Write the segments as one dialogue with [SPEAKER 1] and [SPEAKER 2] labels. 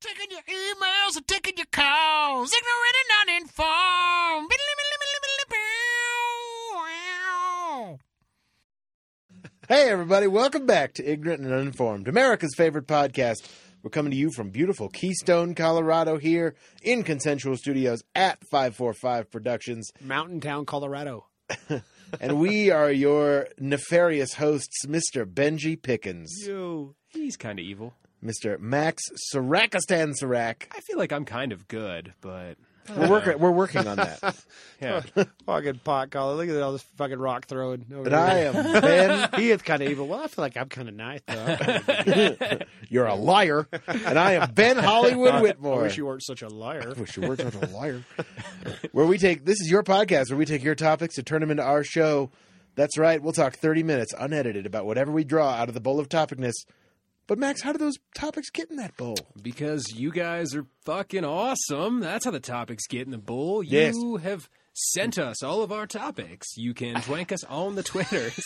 [SPEAKER 1] Taking your emails and taking your calls. Ignorant and uninformed.
[SPEAKER 2] Hey, everybody, welcome back to Ignorant and Uninformed, America's favorite podcast. We're coming to you from beautiful Keystone, Colorado, here in Consensual Studios at 545 Productions.
[SPEAKER 3] Mountain Town, Colorado.
[SPEAKER 2] And we are your nefarious hosts, Mr. Benji Pickens,
[SPEAKER 3] Yo.
[SPEAKER 4] He's kind of evil.
[SPEAKER 2] Mr. Max Sarakistan Sarak.
[SPEAKER 4] I feel like I'm kind of good, but
[SPEAKER 2] We're, working. we're working on that.
[SPEAKER 4] yeah,
[SPEAKER 3] Fucking pot collar. Look at all this fucking rock throwing. Over
[SPEAKER 2] But I am Ben.
[SPEAKER 3] He is kind of evil. Well, I feel like I'm kind of nice, though. I
[SPEAKER 2] You're a liar. And I am Ben Hollywood Whitmore.
[SPEAKER 3] wish you weren't such a liar.
[SPEAKER 2] wish you were such a liar. where we take this is your podcast where we take your topics to turn them into our show. That's right. We'll talk 30 minutes unedited about whatever we draw out of the bowl of topicness. But Max, how do those topics get in that bowl?
[SPEAKER 4] because you guys are fucking awesome. That's how the topics get in the bowl.
[SPEAKER 2] Yes.
[SPEAKER 4] You have sent us all of our topics. You can twank us on the Twitters.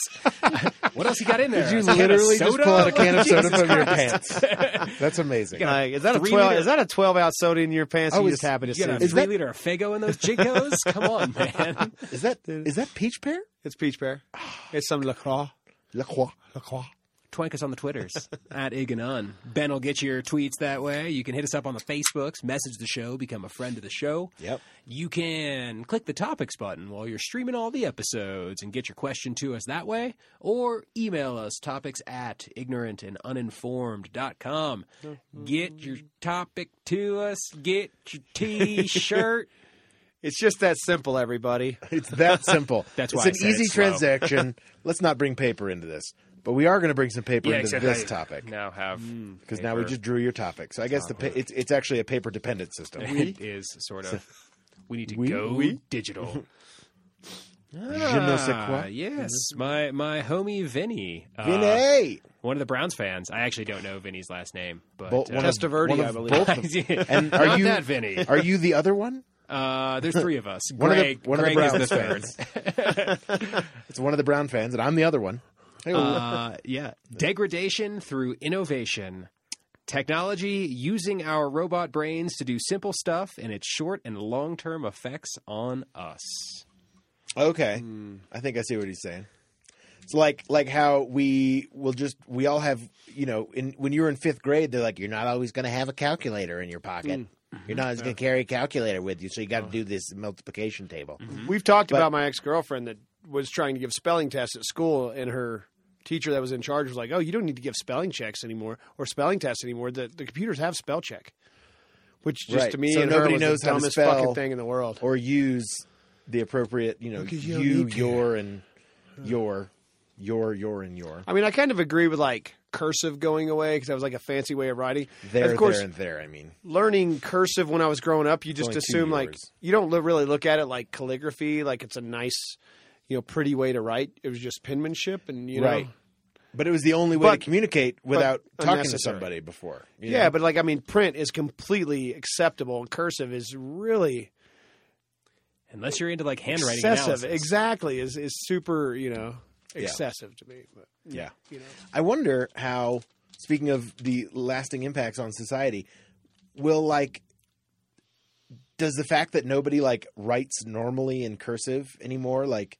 [SPEAKER 4] what else you got in there?
[SPEAKER 2] Did you
[SPEAKER 4] A can of
[SPEAKER 2] literally just
[SPEAKER 4] soda?
[SPEAKER 2] pull out a can of
[SPEAKER 4] Jesus
[SPEAKER 2] soda from your
[SPEAKER 4] Christ.
[SPEAKER 2] pants? That's amazing.
[SPEAKER 3] Like, is that a
[SPEAKER 4] Three
[SPEAKER 3] twelve?
[SPEAKER 4] liter-
[SPEAKER 3] Is that a twelve ounce soda in your pants?
[SPEAKER 2] I
[SPEAKER 3] you
[SPEAKER 2] was-
[SPEAKER 3] just happy to see
[SPEAKER 4] You got a
[SPEAKER 3] it.
[SPEAKER 4] three
[SPEAKER 2] that-
[SPEAKER 4] liter of Fago in those jigos? Come on, man.
[SPEAKER 2] Is that is that peach pear?
[SPEAKER 3] It's peach pear. It's some lacroix.
[SPEAKER 2] La Croix.
[SPEAKER 3] Lacroix.
[SPEAKER 4] Twank us on the Twitters at Iganon. Ben will get your tweets that way. You can hit us up on the Facebooks, message the show, become a friend of the show.
[SPEAKER 2] Yep.
[SPEAKER 4] You can click the topics button while you're streaming all the episodes and get your question to us that way, or email us topics at ignorantanduninformed.com. Get your topic to us, get your t shirt.
[SPEAKER 3] It's just that simple, everybody.
[SPEAKER 2] It's that simple.
[SPEAKER 4] That's
[SPEAKER 2] it's
[SPEAKER 4] why I
[SPEAKER 2] an
[SPEAKER 4] said
[SPEAKER 2] easy
[SPEAKER 4] it's slow.
[SPEAKER 2] transaction. Let's not bring paper into this. But we are going to bring some paper into this topic
[SPEAKER 4] Now have.
[SPEAKER 2] because now we
[SPEAKER 4] paper.
[SPEAKER 2] just drew your topic. So I guess the pa- it's it's actually a paper dependent system.
[SPEAKER 4] It is sort of. We need to
[SPEAKER 2] We-
[SPEAKER 4] go
[SPEAKER 2] we?
[SPEAKER 4] digital.
[SPEAKER 2] Je ne sais
[SPEAKER 4] Ah,
[SPEAKER 2] quoi. Mm-hmm.
[SPEAKER 4] yes, my my homie Vinny, uh,
[SPEAKER 2] Vinay.
[SPEAKER 4] one of the Browns fans. I actually don't know Vinny's last name, but uh,
[SPEAKER 2] Bo- one of-
[SPEAKER 3] Testaverde,
[SPEAKER 2] one of
[SPEAKER 3] I believe.
[SPEAKER 2] both of-
[SPEAKER 4] and
[SPEAKER 2] are
[SPEAKER 4] are
[SPEAKER 2] you-
[SPEAKER 4] you that Vinny?
[SPEAKER 2] Are you the other one?
[SPEAKER 4] Uh, there's three of us.
[SPEAKER 2] One of the-
[SPEAKER 4] Greg,
[SPEAKER 2] one of the
[SPEAKER 4] Greg
[SPEAKER 2] Browns
[SPEAKER 4] is the third.
[SPEAKER 2] fans. It's one of the Brown fans, and I'm the other one. Hey,
[SPEAKER 4] Uh, yeah, degradation through innovation, technology using our robot brains to do simple stuff, and its short and long term effects on us.
[SPEAKER 3] Uh,
[SPEAKER 2] okay,
[SPEAKER 3] hmm.
[SPEAKER 2] I think I see what he's saying. It's like like how we will just we all have you know in when you were in fifth grade they're like you're not always going to have a calculator in your pocket.
[SPEAKER 3] Mm. Mm-hmm.
[SPEAKER 2] You're not always going to carry a calculator with you, so you
[SPEAKER 3] Oh.
[SPEAKER 2] got to do this multiplication table.
[SPEAKER 3] We've talked about my ex girlfriend that was trying to give spelling tests at school, and her teacher that was in charge was like, "Oh, you don't need to give spelling checks anymore or spelling tests anymore. The the computers have spell check." Which just
[SPEAKER 2] Right.
[SPEAKER 3] to me
[SPEAKER 2] So
[SPEAKER 3] and
[SPEAKER 2] nobody
[SPEAKER 3] her was
[SPEAKER 2] knows
[SPEAKER 3] the
[SPEAKER 2] how to
[SPEAKER 3] dumbest
[SPEAKER 2] spell
[SPEAKER 3] fucking thing in the world.
[SPEAKER 2] Or use the appropriate you know
[SPEAKER 3] you don't
[SPEAKER 2] you
[SPEAKER 3] need to.
[SPEAKER 2] your and your your your and your.
[SPEAKER 3] I mean, I kind of agree with like cursive going away because that was like a fancy way of writing. And
[SPEAKER 2] There,
[SPEAKER 3] of course,
[SPEAKER 2] there, and there. I mean,
[SPEAKER 3] learning cursive when I was growing up, you just
[SPEAKER 2] only two
[SPEAKER 3] assume like
[SPEAKER 2] yours.
[SPEAKER 3] you don't li- really look at it like calligraphy, like it's a nice, you know, pretty way to write. It was just penmanship, and you know,
[SPEAKER 2] Right. But it was the only way
[SPEAKER 3] But-
[SPEAKER 2] to communicate without talking to
[SPEAKER 3] unnecessary.
[SPEAKER 2] somebody before. you
[SPEAKER 3] yeah.
[SPEAKER 2] know?
[SPEAKER 3] But like, I mean, print is completely acceptable, and cursive is really
[SPEAKER 4] Unless you're into like handwriting
[SPEAKER 3] excessive.
[SPEAKER 4] analysis.
[SPEAKER 3] Exactly, is is super, you know,
[SPEAKER 2] Yeah.
[SPEAKER 3] excessive to me. But
[SPEAKER 2] yeah.
[SPEAKER 3] you know,
[SPEAKER 2] I wonder how. Speaking of the lasting impacts on society, will like does the fact that nobody like writes normally in cursive anymore like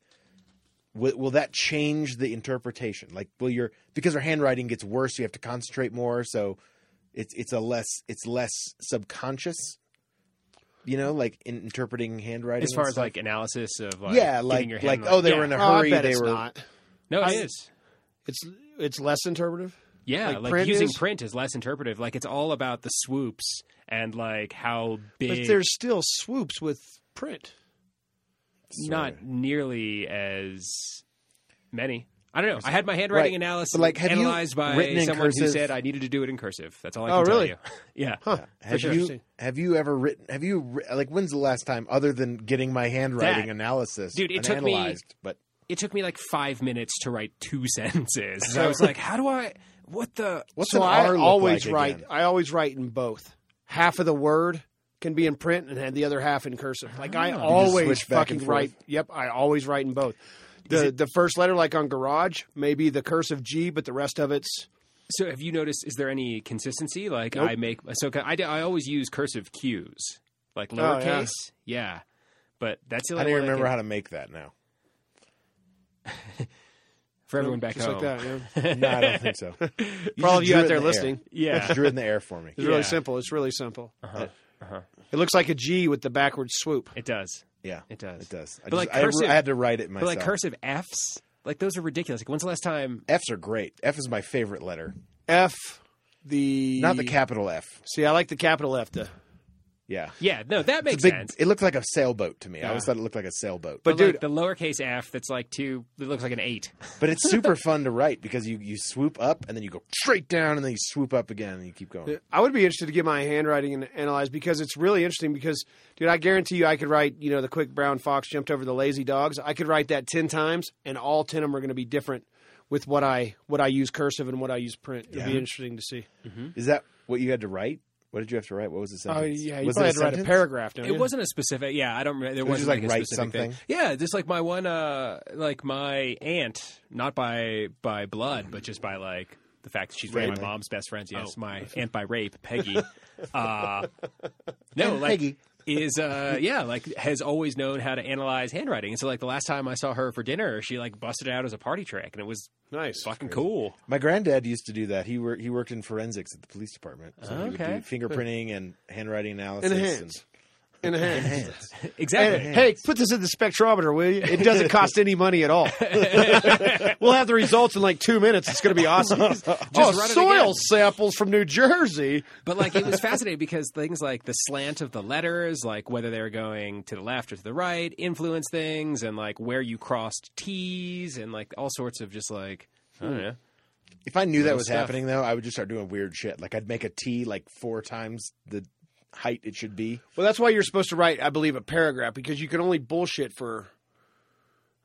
[SPEAKER 2] will, will that change the interpretation? Like, will your because our handwriting gets worse, you have to concentrate more, so it's it's a less it's less subconscious. You know, like in interpreting handwriting.
[SPEAKER 4] As far
[SPEAKER 2] and
[SPEAKER 4] as
[SPEAKER 2] stuff?
[SPEAKER 4] like analysis of like
[SPEAKER 2] yeah,
[SPEAKER 4] getting
[SPEAKER 2] like
[SPEAKER 4] your hand
[SPEAKER 2] like
[SPEAKER 4] on-
[SPEAKER 2] oh, they
[SPEAKER 4] yeah.
[SPEAKER 2] were in a
[SPEAKER 3] Oh,
[SPEAKER 2] hurry.
[SPEAKER 3] I bet
[SPEAKER 2] they
[SPEAKER 3] it's
[SPEAKER 2] were
[SPEAKER 3] not.
[SPEAKER 4] no,
[SPEAKER 3] I-
[SPEAKER 4] it is.
[SPEAKER 3] It's it's less interpretive.
[SPEAKER 4] Yeah,
[SPEAKER 3] Like
[SPEAKER 4] like,
[SPEAKER 3] print
[SPEAKER 4] using
[SPEAKER 3] is?
[SPEAKER 4] print is less interpretive. Like it's all about the swoops and like how big.
[SPEAKER 3] But there's still swoops with print.
[SPEAKER 4] not
[SPEAKER 2] Sorta.
[SPEAKER 4] nearly as many. I don't know. I had my handwriting
[SPEAKER 2] Right.
[SPEAKER 4] analysis
[SPEAKER 2] But, like, have you
[SPEAKER 4] analyzed by
[SPEAKER 2] written in
[SPEAKER 4] someone who
[SPEAKER 2] cursive?
[SPEAKER 4] said I needed to do it in cursive. That's all I
[SPEAKER 3] Oh,
[SPEAKER 4] can
[SPEAKER 3] really?
[SPEAKER 4] tell you. yeah.
[SPEAKER 2] Have
[SPEAKER 3] sure.
[SPEAKER 2] you have you ever written? Have you ri- like? When's the last time, other than getting my handwriting
[SPEAKER 4] That-
[SPEAKER 2] analysis,
[SPEAKER 4] Dude, it
[SPEAKER 2] and
[SPEAKER 4] took me-
[SPEAKER 2] analyzed, But
[SPEAKER 4] It took me like five minutes to write two sentences. I was like, how do I? What the?
[SPEAKER 2] what's
[SPEAKER 3] so
[SPEAKER 2] an
[SPEAKER 3] I
[SPEAKER 2] R look
[SPEAKER 3] always
[SPEAKER 2] like
[SPEAKER 3] write.
[SPEAKER 2] again?
[SPEAKER 3] I always write in both. Half of the word can be in print, and then the other half in cursive. Like I always
[SPEAKER 2] Ah. switch back and
[SPEAKER 3] fucking
[SPEAKER 2] forth?
[SPEAKER 3] write. Yep, I always write in both. The the first letter, like on garage, maybe the cursive G, but the rest of it's
[SPEAKER 4] So have you noticed? Is there any consistency? Like
[SPEAKER 3] Nope.
[SPEAKER 4] I make so I, I always use cursive Q's, like
[SPEAKER 3] yeah.
[SPEAKER 4] lowercase. yeah. but that's the
[SPEAKER 2] Oh, I
[SPEAKER 4] only
[SPEAKER 2] don't even
[SPEAKER 4] one I
[SPEAKER 2] remember
[SPEAKER 4] can-
[SPEAKER 2] how to make that now.
[SPEAKER 4] for everyone back
[SPEAKER 3] Just like
[SPEAKER 4] home.
[SPEAKER 3] that, yeah.
[SPEAKER 2] No, I don't think so.
[SPEAKER 3] For all of you
[SPEAKER 2] drew it
[SPEAKER 3] out there
[SPEAKER 2] in the air.
[SPEAKER 3] listening,
[SPEAKER 4] Yeah,
[SPEAKER 2] Just drew it in the air for me.
[SPEAKER 3] it's
[SPEAKER 4] Yeah.
[SPEAKER 3] really simple. It's really simple.
[SPEAKER 4] uh-huh. Uh-huh.
[SPEAKER 3] It looks like a G with the backward swoop.
[SPEAKER 4] it does.
[SPEAKER 2] Yeah,
[SPEAKER 4] It does.
[SPEAKER 2] it does. I,
[SPEAKER 4] But, like,
[SPEAKER 2] just- I re-
[SPEAKER 4] cursive-
[SPEAKER 2] I had to write it
[SPEAKER 4] But
[SPEAKER 2] myself.
[SPEAKER 4] like cursive F's, like those are ridiculous. Like when's the last time?
[SPEAKER 2] F's are great. F is my favorite letter.
[SPEAKER 3] F, the
[SPEAKER 2] Not the capital F.
[SPEAKER 3] See, I like the capital F. The,
[SPEAKER 2] Yeah.
[SPEAKER 4] Yeah, no, that
[SPEAKER 2] It's
[SPEAKER 4] makes
[SPEAKER 2] a big-
[SPEAKER 4] sense.
[SPEAKER 2] It looked like a sailboat to me. I always
[SPEAKER 4] Yeah.
[SPEAKER 2] thought it looked like a sailboat.
[SPEAKER 3] but,
[SPEAKER 4] But,
[SPEAKER 3] dude,
[SPEAKER 4] like the lowercase F, that's like two. It looks like an eight.
[SPEAKER 2] But it's super fun to write because you, you swoop up and then you go straight down and then you swoop up again and you keep going.
[SPEAKER 3] I would be interested to get my handwriting and analyzed because it's really interesting. Because, dude, I guarantee you, I could write, you know, the quick brown fox jumped over the lazy dogs. I could write that ten times, and all ten of them are going to be different with what I what I use cursive and what I use print. It'd be
[SPEAKER 2] Yeah.
[SPEAKER 3] interesting to see.
[SPEAKER 2] Is that what you had to write? What did you have to write? What was the
[SPEAKER 3] Oh
[SPEAKER 2] sentence?
[SPEAKER 3] yeah, you
[SPEAKER 2] was
[SPEAKER 3] probably
[SPEAKER 2] it
[SPEAKER 3] had to write a
[SPEAKER 2] sentence?
[SPEAKER 3] paragraph. Now,
[SPEAKER 4] It wasn't a specific. Yeah, I don't. remember. There
[SPEAKER 2] Oh, was
[SPEAKER 4] wasn't
[SPEAKER 2] just,
[SPEAKER 4] like,
[SPEAKER 2] like,
[SPEAKER 4] a
[SPEAKER 2] write
[SPEAKER 4] specific thing.
[SPEAKER 2] something?
[SPEAKER 4] Yeah, just like my one. Uh, like my aunt, not by by blood, but just by like the fact that she's one of
[SPEAKER 2] Rape. Oh.
[SPEAKER 4] my mom's best friends. Yes, my aunt by rape, Peggy. Uh, no, like
[SPEAKER 2] Peggy.
[SPEAKER 4] is uh yeah like has always known how to analyze handwriting and so like the last time i saw her for dinner she like busted it out as a party trick and it was
[SPEAKER 3] nice.
[SPEAKER 4] fucking cool
[SPEAKER 2] My granddad used to do that. He wor- he worked in forensics at the police department. So he would do
[SPEAKER 4] Okay.
[SPEAKER 2] fingerprinting and handwriting analysis.
[SPEAKER 3] Enhance. In the
[SPEAKER 2] And,
[SPEAKER 3] hand.
[SPEAKER 2] Enhance.
[SPEAKER 4] exactly
[SPEAKER 3] Hey, put this in the spectrometer, will you? It doesn't cost any money at all. we'll have the results in like two minutes. It's going to be awesome. oh,
[SPEAKER 4] run it again.
[SPEAKER 3] soil samples from New Jersey.
[SPEAKER 4] But like it was fascinating because things like the slant of the letters, like whether they were going to the left or to the right, influence things, and like where you crossed T's, and like all sorts of just like hmm. I don't know.
[SPEAKER 2] If I knew that
[SPEAKER 4] Little
[SPEAKER 2] was
[SPEAKER 4] stuff.
[SPEAKER 2] happening, though, I would just start doing weird shit. Like I'd make a T like four times the height it should be.
[SPEAKER 3] Well, that's why you're supposed to write, I believe, a paragraph because you can only bullshit for,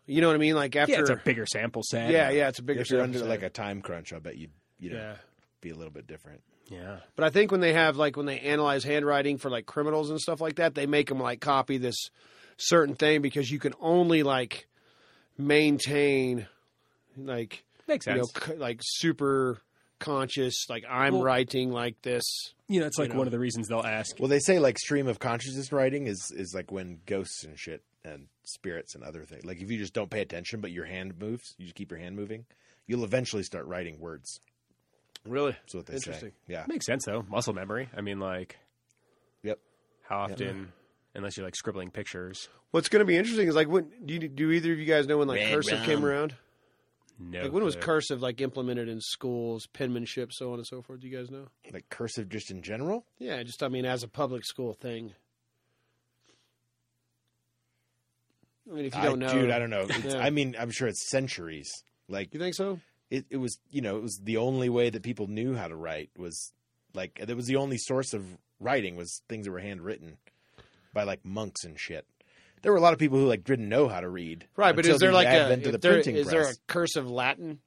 [SPEAKER 3] you know what I mean? Like after,
[SPEAKER 4] yeah, it's a bigger sample set.
[SPEAKER 3] yeah, yeah, it's a bigger.
[SPEAKER 2] If you're under
[SPEAKER 3] sample
[SPEAKER 2] like
[SPEAKER 3] size.
[SPEAKER 2] a time crunch, I bet you'd you know
[SPEAKER 3] yeah.
[SPEAKER 2] be a little bit different.
[SPEAKER 4] yeah.
[SPEAKER 3] But I think when they have like when they analyze handwriting for like criminals and stuff like that, they make them like copy this certain thing because you can only like maintain like
[SPEAKER 4] Makes
[SPEAKER 3] you know
[SPEAKER 4] sense.
[SPEAKER 3] c- like super conscious like I'm
[SPEAKER 4] Well-
[SPEAKER 3] writing like this.
[SPEAKER 4] You know, it's like
[SPEAKER 3] You know.
[SPEAKER 4] one of the reasons they'll ask.
[SPEAKER 2] Well, they say like stream of consciousness writing is is like when ghosts and shit and spirits and other things. Like if you just don't pay attention, but your hand moves, you just keep your hand moving, you'll eventually start writing words.
[SPEAKER 3] Really?
[SPEAKER 2] That's what they
[SPEAKER 3] Interesting.
[SPEAKER 2] say. Yeah.
[SPEAKER 4] Makes sense though. Muscle memory. I mean, like
[SPEAKER 2] Yep.
[SPEAKER 4] how often, unless you're like scribbling pictures.
[SPEAKER 3] What's going to be interesting is like when do, you, do either of you guys know when like
[SPEAKER 2] Red
[SPEAKER 3] cursive came
[SPEAKER 2] rum.
[SPEAKER 3] around?
[SPEAKER 4] No.
[SPEAKER 3] Like when was
[SPEAKER 4] clue.
[SPEAKER 3] cursive like implemented in schools, penmanship, so on and so forth? Do you guys know?
[SPEAKER 2] Like cursive just in general.
[SPEAKER 3] Yeah, just I mean as a public school thing. I mean, if you don't
[SPEAKER 2] I,
[SPEAKER 3] know,
[SPEAKER 2] dude, I don't know. It's,
[SPEAKER 3] Yeah.
[SPEAKER 2] I mean, I'm sure it's centuries. Like
[SPEAKER 3] you think so?
[SPEAKER 2] it, it was, you know, it was the only way that people knew how to write was like that was the only source of writing was things that were handwritten by like monks and shit. There were a lot of people who like didn't know how to read.
[SPEAKER 3] Right, but
[SPEAKER 2] until
[SPEAKER 3] is there
[SPEAKER 2] the
[SPEAKER 3] like a
[SPEAKER 2] advent
[SPEAKER 3] is
[SPEAKER 2] of the
[SPEAKER 3] there-
[SPEAKER 2] printing
[SPEAKER 3] is there a
[SPEAKER 2] press.
[SPEAKER 3] cursive Latin?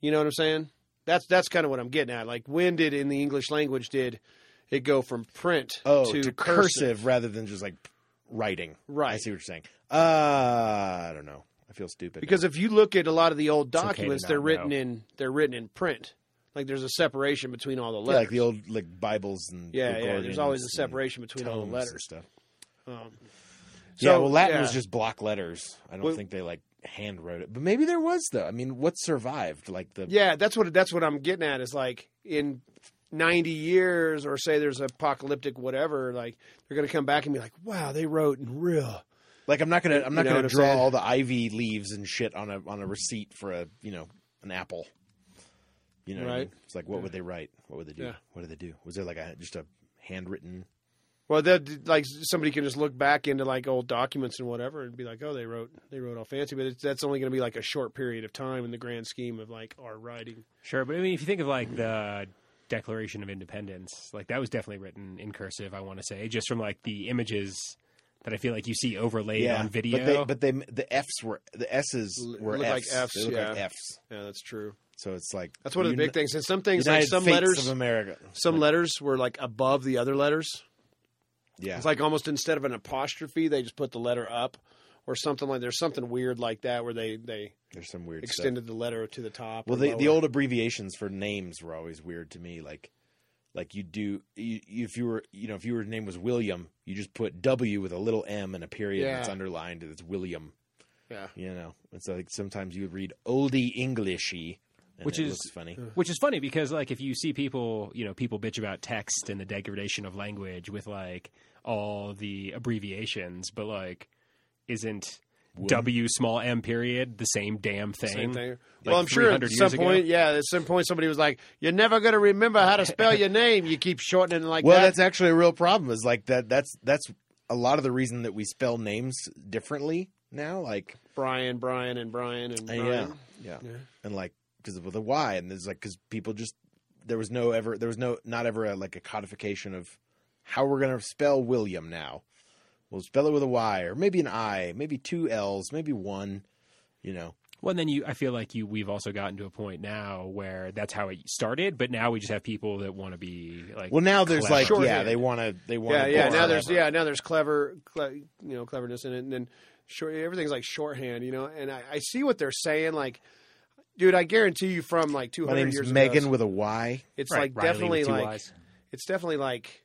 [SPEAKER 3] You know what I'm saying? That's that's kind of what I'm getting at. Like, when did in the English language did it go from print
[SPEAKER 2] oh
[SPEAKER 3] to,
[SPEAKER 2] to, cursive rather than just like writing? I
[SPEAKER 3] Right.
[SPEAKER 2] see what you're saying. Uh, I don't know. I feel stupid
[SPEAKER 3] Because if you look at a lot of the old
[SPEAKER 4] okay to
[SPEAKER 3] documents,
[SPEAKER 4] not
[SPEAKER 3] they're written
[SPEAKER 4] know.
[SPEAKER 3] in they're written in print. Like, there's a separation between all the
[SPEAKER 2] Yeah,
[SPEAKER 3] letters.
[SPEAKER 2] like the old like Bibles and
[SPEAKER 3] yeah, yeah. There's always a
[SPEAKER 2] recordings
[SPEAKER 3] separation
[SPEAKER 2] and
[SPEAKER 3] between all the
[SPEAKER 2] tomes and
[SPEAKER 3] letters.
[SPEAKER 2] stuff.
[SPEAKER 3] Um,
[SPEAKER 2] yeah,
[SPEAKER 3] so,
[SPEAKER 2] well, Latin
[SPEAKER 3] yeah.
[SPEAKER 2] was just block letters. I don't
[SPEAKER 3] Well-
[SPEAKER 2] think they like hand wrote it, but maybe there was though. I mean, what survived? Like the
[SPEAKER 3] Yeah, that's what that's what I'm getting at. Is like in 90 years, or say there's apocalyptic whatever, like they're going to come back and be like, "Wow, they wrote in real."
[SPEAKER 2] like I'm not gonna I'm not
[SPEAKER 3] know what
[SPEAKER 2] gonna
[SPEAKER 3] I'm
[SPEAKER 2] draw
[SPEAKER 3] saying?
[SPEAKER 2] all the ivy leaves and shit on a on a receipt for a you know an apple. You know, what I
[SPEAKER 3] Right.
[SPEAKER 2] mean? it's like what would they write? What would they do?
[SPEAKER 3] Yeah.
[SPEAKER 2] What did they do? Was there like a just a handwritten?
[SPEAKER 3] Well, that like somebody can just look back into like old documents and whatever, and be like, "Oh, they wrote they wrote all fancy," but it's, that's only going to be like a short period of time in the grand scheme of like our writing.
[SPEAKER 4] Sure, but I mean, if you think of like the Declaration of Independence, like that was definitely written in cursive. I want to say just from like the images that I feel like you see overlaid on video.
[SPEAKER 2] but they but they the Fs were the S's
[SPEAKER 3] L-
[SPEAKER 2] were
[SPEAKER 3] look like
[SPEAKER 2] Fs.
[SPEAKER 3] Fs,
[SPEAKER 2] They look like
[SPEAKER 3] yeah.
[SPEAKER 2] Fs.
[SPEAKER 3] Yeah, that's true.
[SPEAKER 2] So it's like
[SPEAKER 3] That's one of the big
[SPEAKER 2] Uni-
[SPEAKER 3] things. And some things
[SPEAKER 2] United
[SPEAKER 3] like some
[SPEAKER 2] Fates
[SPEAKER 3] letters,
[SPEAKER 2] of America.
[SPEAKER 3] some letters were like above the other letters.
[SPEAKER 2] Yeah,
[SPEAKER 3] It's like almost instead of an apostrophe, they just put the letter up or something like there's something weird like that where they they
[SPEAKER 2] There's some weird stuff.
[SPEAKER 3] extended the letter to the top.
[SPEAKER 2] Well,
[SPEAKER 3] or
[SPEAKER 2] the, the
[SPEAKER 3] lower.
[SPEAKER 2] old abbreviations for names were always weird to me. Like, like you do you, if you were you know if your name was William, you just put W with a little M and a period that's
[SPEAKER 3] Yeah.
[SPEAKER 2] underlined and it's William.
[SPEAKER 3] yeah.
[SPEAKER 2] You know, it's like sometimes you read oldie Englishy, and
[SPEAKER 4] Which
[SPEAKER 2] it
[SPEAKER 4] is-
[SPEAKER 2] looks funny.
[SPEAKER 4] Which is funny because like if you see people, you know, people bitch about text and the degradation of language with like all the abbreviations, but like isn't W small m period the same damn thing?
[SPEAKER 3] Same thing.
[SPEAKER 4] Like
[SPEAKER 3] well, I'm sure at
[SPEAKER 4] 300 years
[SPEAKER 3] some
[SPEAKER 4] ago?
[SPEAKER 3] point, yeah, at some point somebody was like, "You're never going to remember how to spell your name. You keep shortening it like
[SPEAKER 2] well,
[SPEAKER 3] that."
[SPEAKER 2] that's actually a real problem. Is like that. That's that's a lot of the reason that we spell names differently now. Like,
[SPEAKER 3] Brian, Brian, and Brian, and
[SPEAKER 2] and
[SPEAKER 3] Brian.
[SPEAKER 2] Uh, yeah, yeah,
[SPEAKER 3] Yeah.
[SPEAKER 2] and like because of the Y, and there's like because people just there was no ever there was no not ever a, like a codification of how we're gonna spell William now. We'll spell it with a Y or maybe an I, maybe two L's, maybe one. You know,
[SPEAKER 4] Well, and then you, I feel like you, we've also gotten to a point now where that's how it started, but now we just have people that want to be like,
[SPEAKER 2] well now there's like
[SPEAKER 4] Clever.
[SPEAKER 2] yeah they want to they want
[SPEAKER 3] Yeah,
[SPEAKER 2] to
[SPEAKER 3] yeah. Now there's yeah, now there's clever, cle- you know, cleverness in it, and then short. Everything's like shorthand, you know. And I, I see what they're saying. Like, dude, I guarantee you, from like two
[SPEAKER 2] my
[SPEAKER 3] hundred
[SPEAKER 2] name's
[SPEAKER 3] years
[SPEAKER 2] Megan
[SPEAKER 3] ago,
[SPEAKER 2] with a Y,
[SPEAKER 3] it's
[SPEAKER 4] Right,
[SPEAKER 3] like
[SPEAKER 4] Riley
[SPEAKER 3] definitely
[SPEAKER 4] with two
[SPEAKER 3] like
[SPEAKER 4] Ys.
[SPEAKER 3] it's definitely like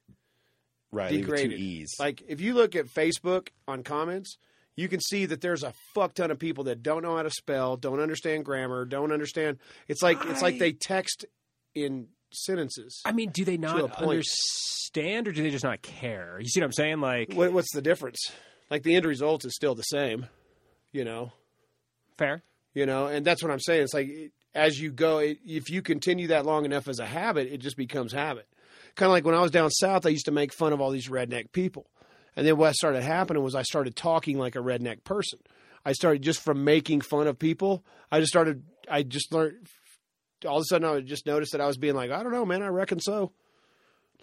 [SPEAKER 2] Riley with
[SPEAKER 3] Degraded.
[SPEAKER 2] two E's.
[SPEAKER 3] Like if you look at Facebook on comments, you can see that there's a fuck ton of people that don't know how to spell, don't understand grammar, don't understand. It's like it's like they text in sentences.
[SPEAKER 4] I mean, do they
[SPEAKER 3] a
[SPEAKER 4] not
[SPEAKER 3] point.
[SPEAKER 4] understand or do they just not care? You see what I'm saying? Like,
[SPEAKER 3] What, what's the difference? Like the end result is still the same, you know.
[SPEAKER 4] fair.
[SPEAKER 3] You know, and that's what I'm saying. It's like it, as you go, it, if you continue that long enough as a habit, it just becomes habit. Kind of like when I was down south, I used to make fun of all these redneck people, and then what started happening was I started talking like a redneck person. I started just from making fun of people. I just started. I just learned. All of a sudden, I would just noticed that I was being like, I don't know, man. I reckon so.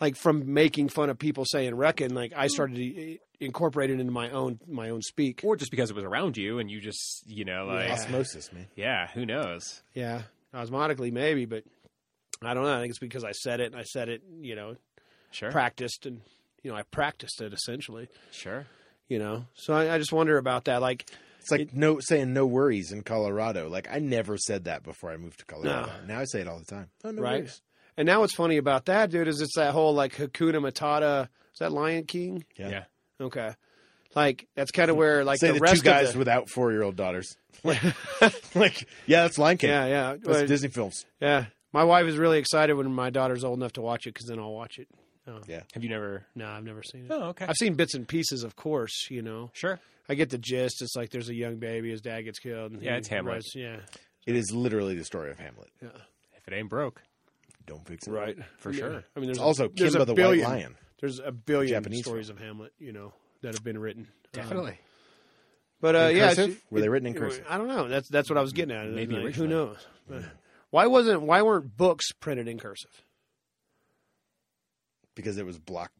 [SPEAKER 3] Like from making fun of people saying "reckon," like I started to eh, incorporate it into my own my own speak.
[SPEAKER 4] Or just because it was around you and you just, you know, like, yeah,
[SPEAKER 2] Osmosis, man.
[SPEAKER 4] who knows?
[SPEAKER 3] Yeah, osmotically maybe, but I don't know. I think it's because I said it and I said it, you know,
[SPEAKER 4] Sure.
[SPEAKER 3] practiced and you know I practiced it essentially,
[SPEAKER 4] sure.
[SPEAKER 3] you know. So I, I just wonder about that. Like,
[SPEAKER 2] It's like no saying no worries in Colorado. Like I never said that before I moved to Colorado.
[SPEAKER 3] No.
[SPEAKER 2] Now I say it all the time. Oh, no
[SPEAKER 3] right?
[SPEAKER 2] worries.
[SPEAKER 3] And now what's funny about that, dude, is it's that whole like Hakuna Matata. Is that Lion King?
[SPEAKER 2] Yeah.
[SPEAKER 4] Yeah.
[SPEAKER 3] Okay, like that's kind of where like
[SPEAKER 2] say
[SPEAKER 3] the,
[SPEAKER 2] the,
[SPEAKER 3] rest
[SPEAKER 2] two guys
[SPEAKER 3] of the,
[SPEAKER 2] without four year old daughters. like yeah, that's Lion King.
[SPEAKER 3] yeah, yeah,
[SPEAKER 2] That's
[SPEAKER 3] Well,
[SPEAKER 2] Disney films.
[SPEAKER 3] yeah. My wife is really excited when my daughter's old enough to watch it because then I'll watch it. Oh.
[SPEAKER 2] Yeah.
[SPEAKER 4] Have you never?
[SPEAKER 3] No, I've never seen it.
[SPEAKER 4] Oh, okay.
[SPEAKER 3] I've seen bits and pieces, of course, you know.
[SPEAKER 4] sure.
[SPEAKER 3] I get the gist. It's like there's a young baby, his dad gets killed. And
[SPEAKER 4] Yeah,
[SPEAKER 3] he
[SPEAKER 4] it's Hamlet.
[SPEAKER 3] rides- Yeah,
[SPEAKER 2] It is literally the story of Hamlet.
[SPEAKER 4] If it ain't broke,
[SPEAKER 2] Don't fix it.
[SPEAKER 3] right,
[SPEAKER 4] For sure.
[SPEAKER 3] I mean, there's
[SPEAKER 2] It's also
[SPEAKER 3] there's
[SPEAKER 2] Kimba
[SPEAKER 3] a
[SPEAKER 2] the
[SPEAKER 3] billion,
[SPEAKER 2] White Lion.
[SPEAKER 3] There's a billion
[SPEAKER 2] Japanese
[SPEAKER 3] stories of Hamlet, you know, that have been written. Um,
[SPEAKER 4] definitely.
[SPEAKER 3] but uh, yeah,
[SPEAKER 2] cursive?
[SPEAKER 3] it's-
[SPEAKER 2] Were they written in
[SPEAKER 3] it-
[SPEAKER 2] cursive?
[SPEAKER 3] I don't know. That's that's what I was getting at.
[SPEAKER 4] Maybe
[SPEAKER 3] Like, who
[SPEAKER 4] originally.
[SPEAKER 3] knows? But Why wasn't why weren't books printed in cursive?
[SPEAKER 2] Because it was blocked.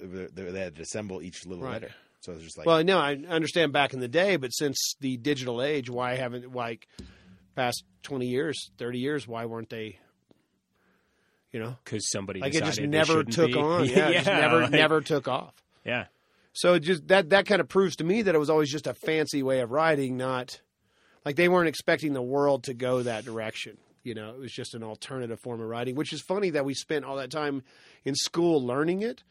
[SPEAKER 2] They they had to assemble each little
[SPEAKER 3] Right.
[SPEAKER 2] letter. So it's just like
[SPEAKER 3] well, no, I understand back in the day, but since the digital age, why haven't like past twenty years, thirty years, why weren't they? You know,
[SPEAKER 4] Because somebody
[SPEAKER 3] like it just
[SPEAKER 4] decided they
[SPEAKER 3] never
[SPEAKER 4] shouldn't
[SPEAKER 3] took
[SPEAKER 4] be.
[SPEAKER 3] on. Yeah, it just never
[SPEAKER 4] like-
[SPEAKER 3] never took off.
[SPEAKER 4] Yeah.
[SPEAKER 3] So it just that that kind of proves to me that it was always just a fancy way of writing, not like they weren't expecting the world to go that direction. You know, it was just an alternative form of writing, which is funny that we spent all that time in school learning it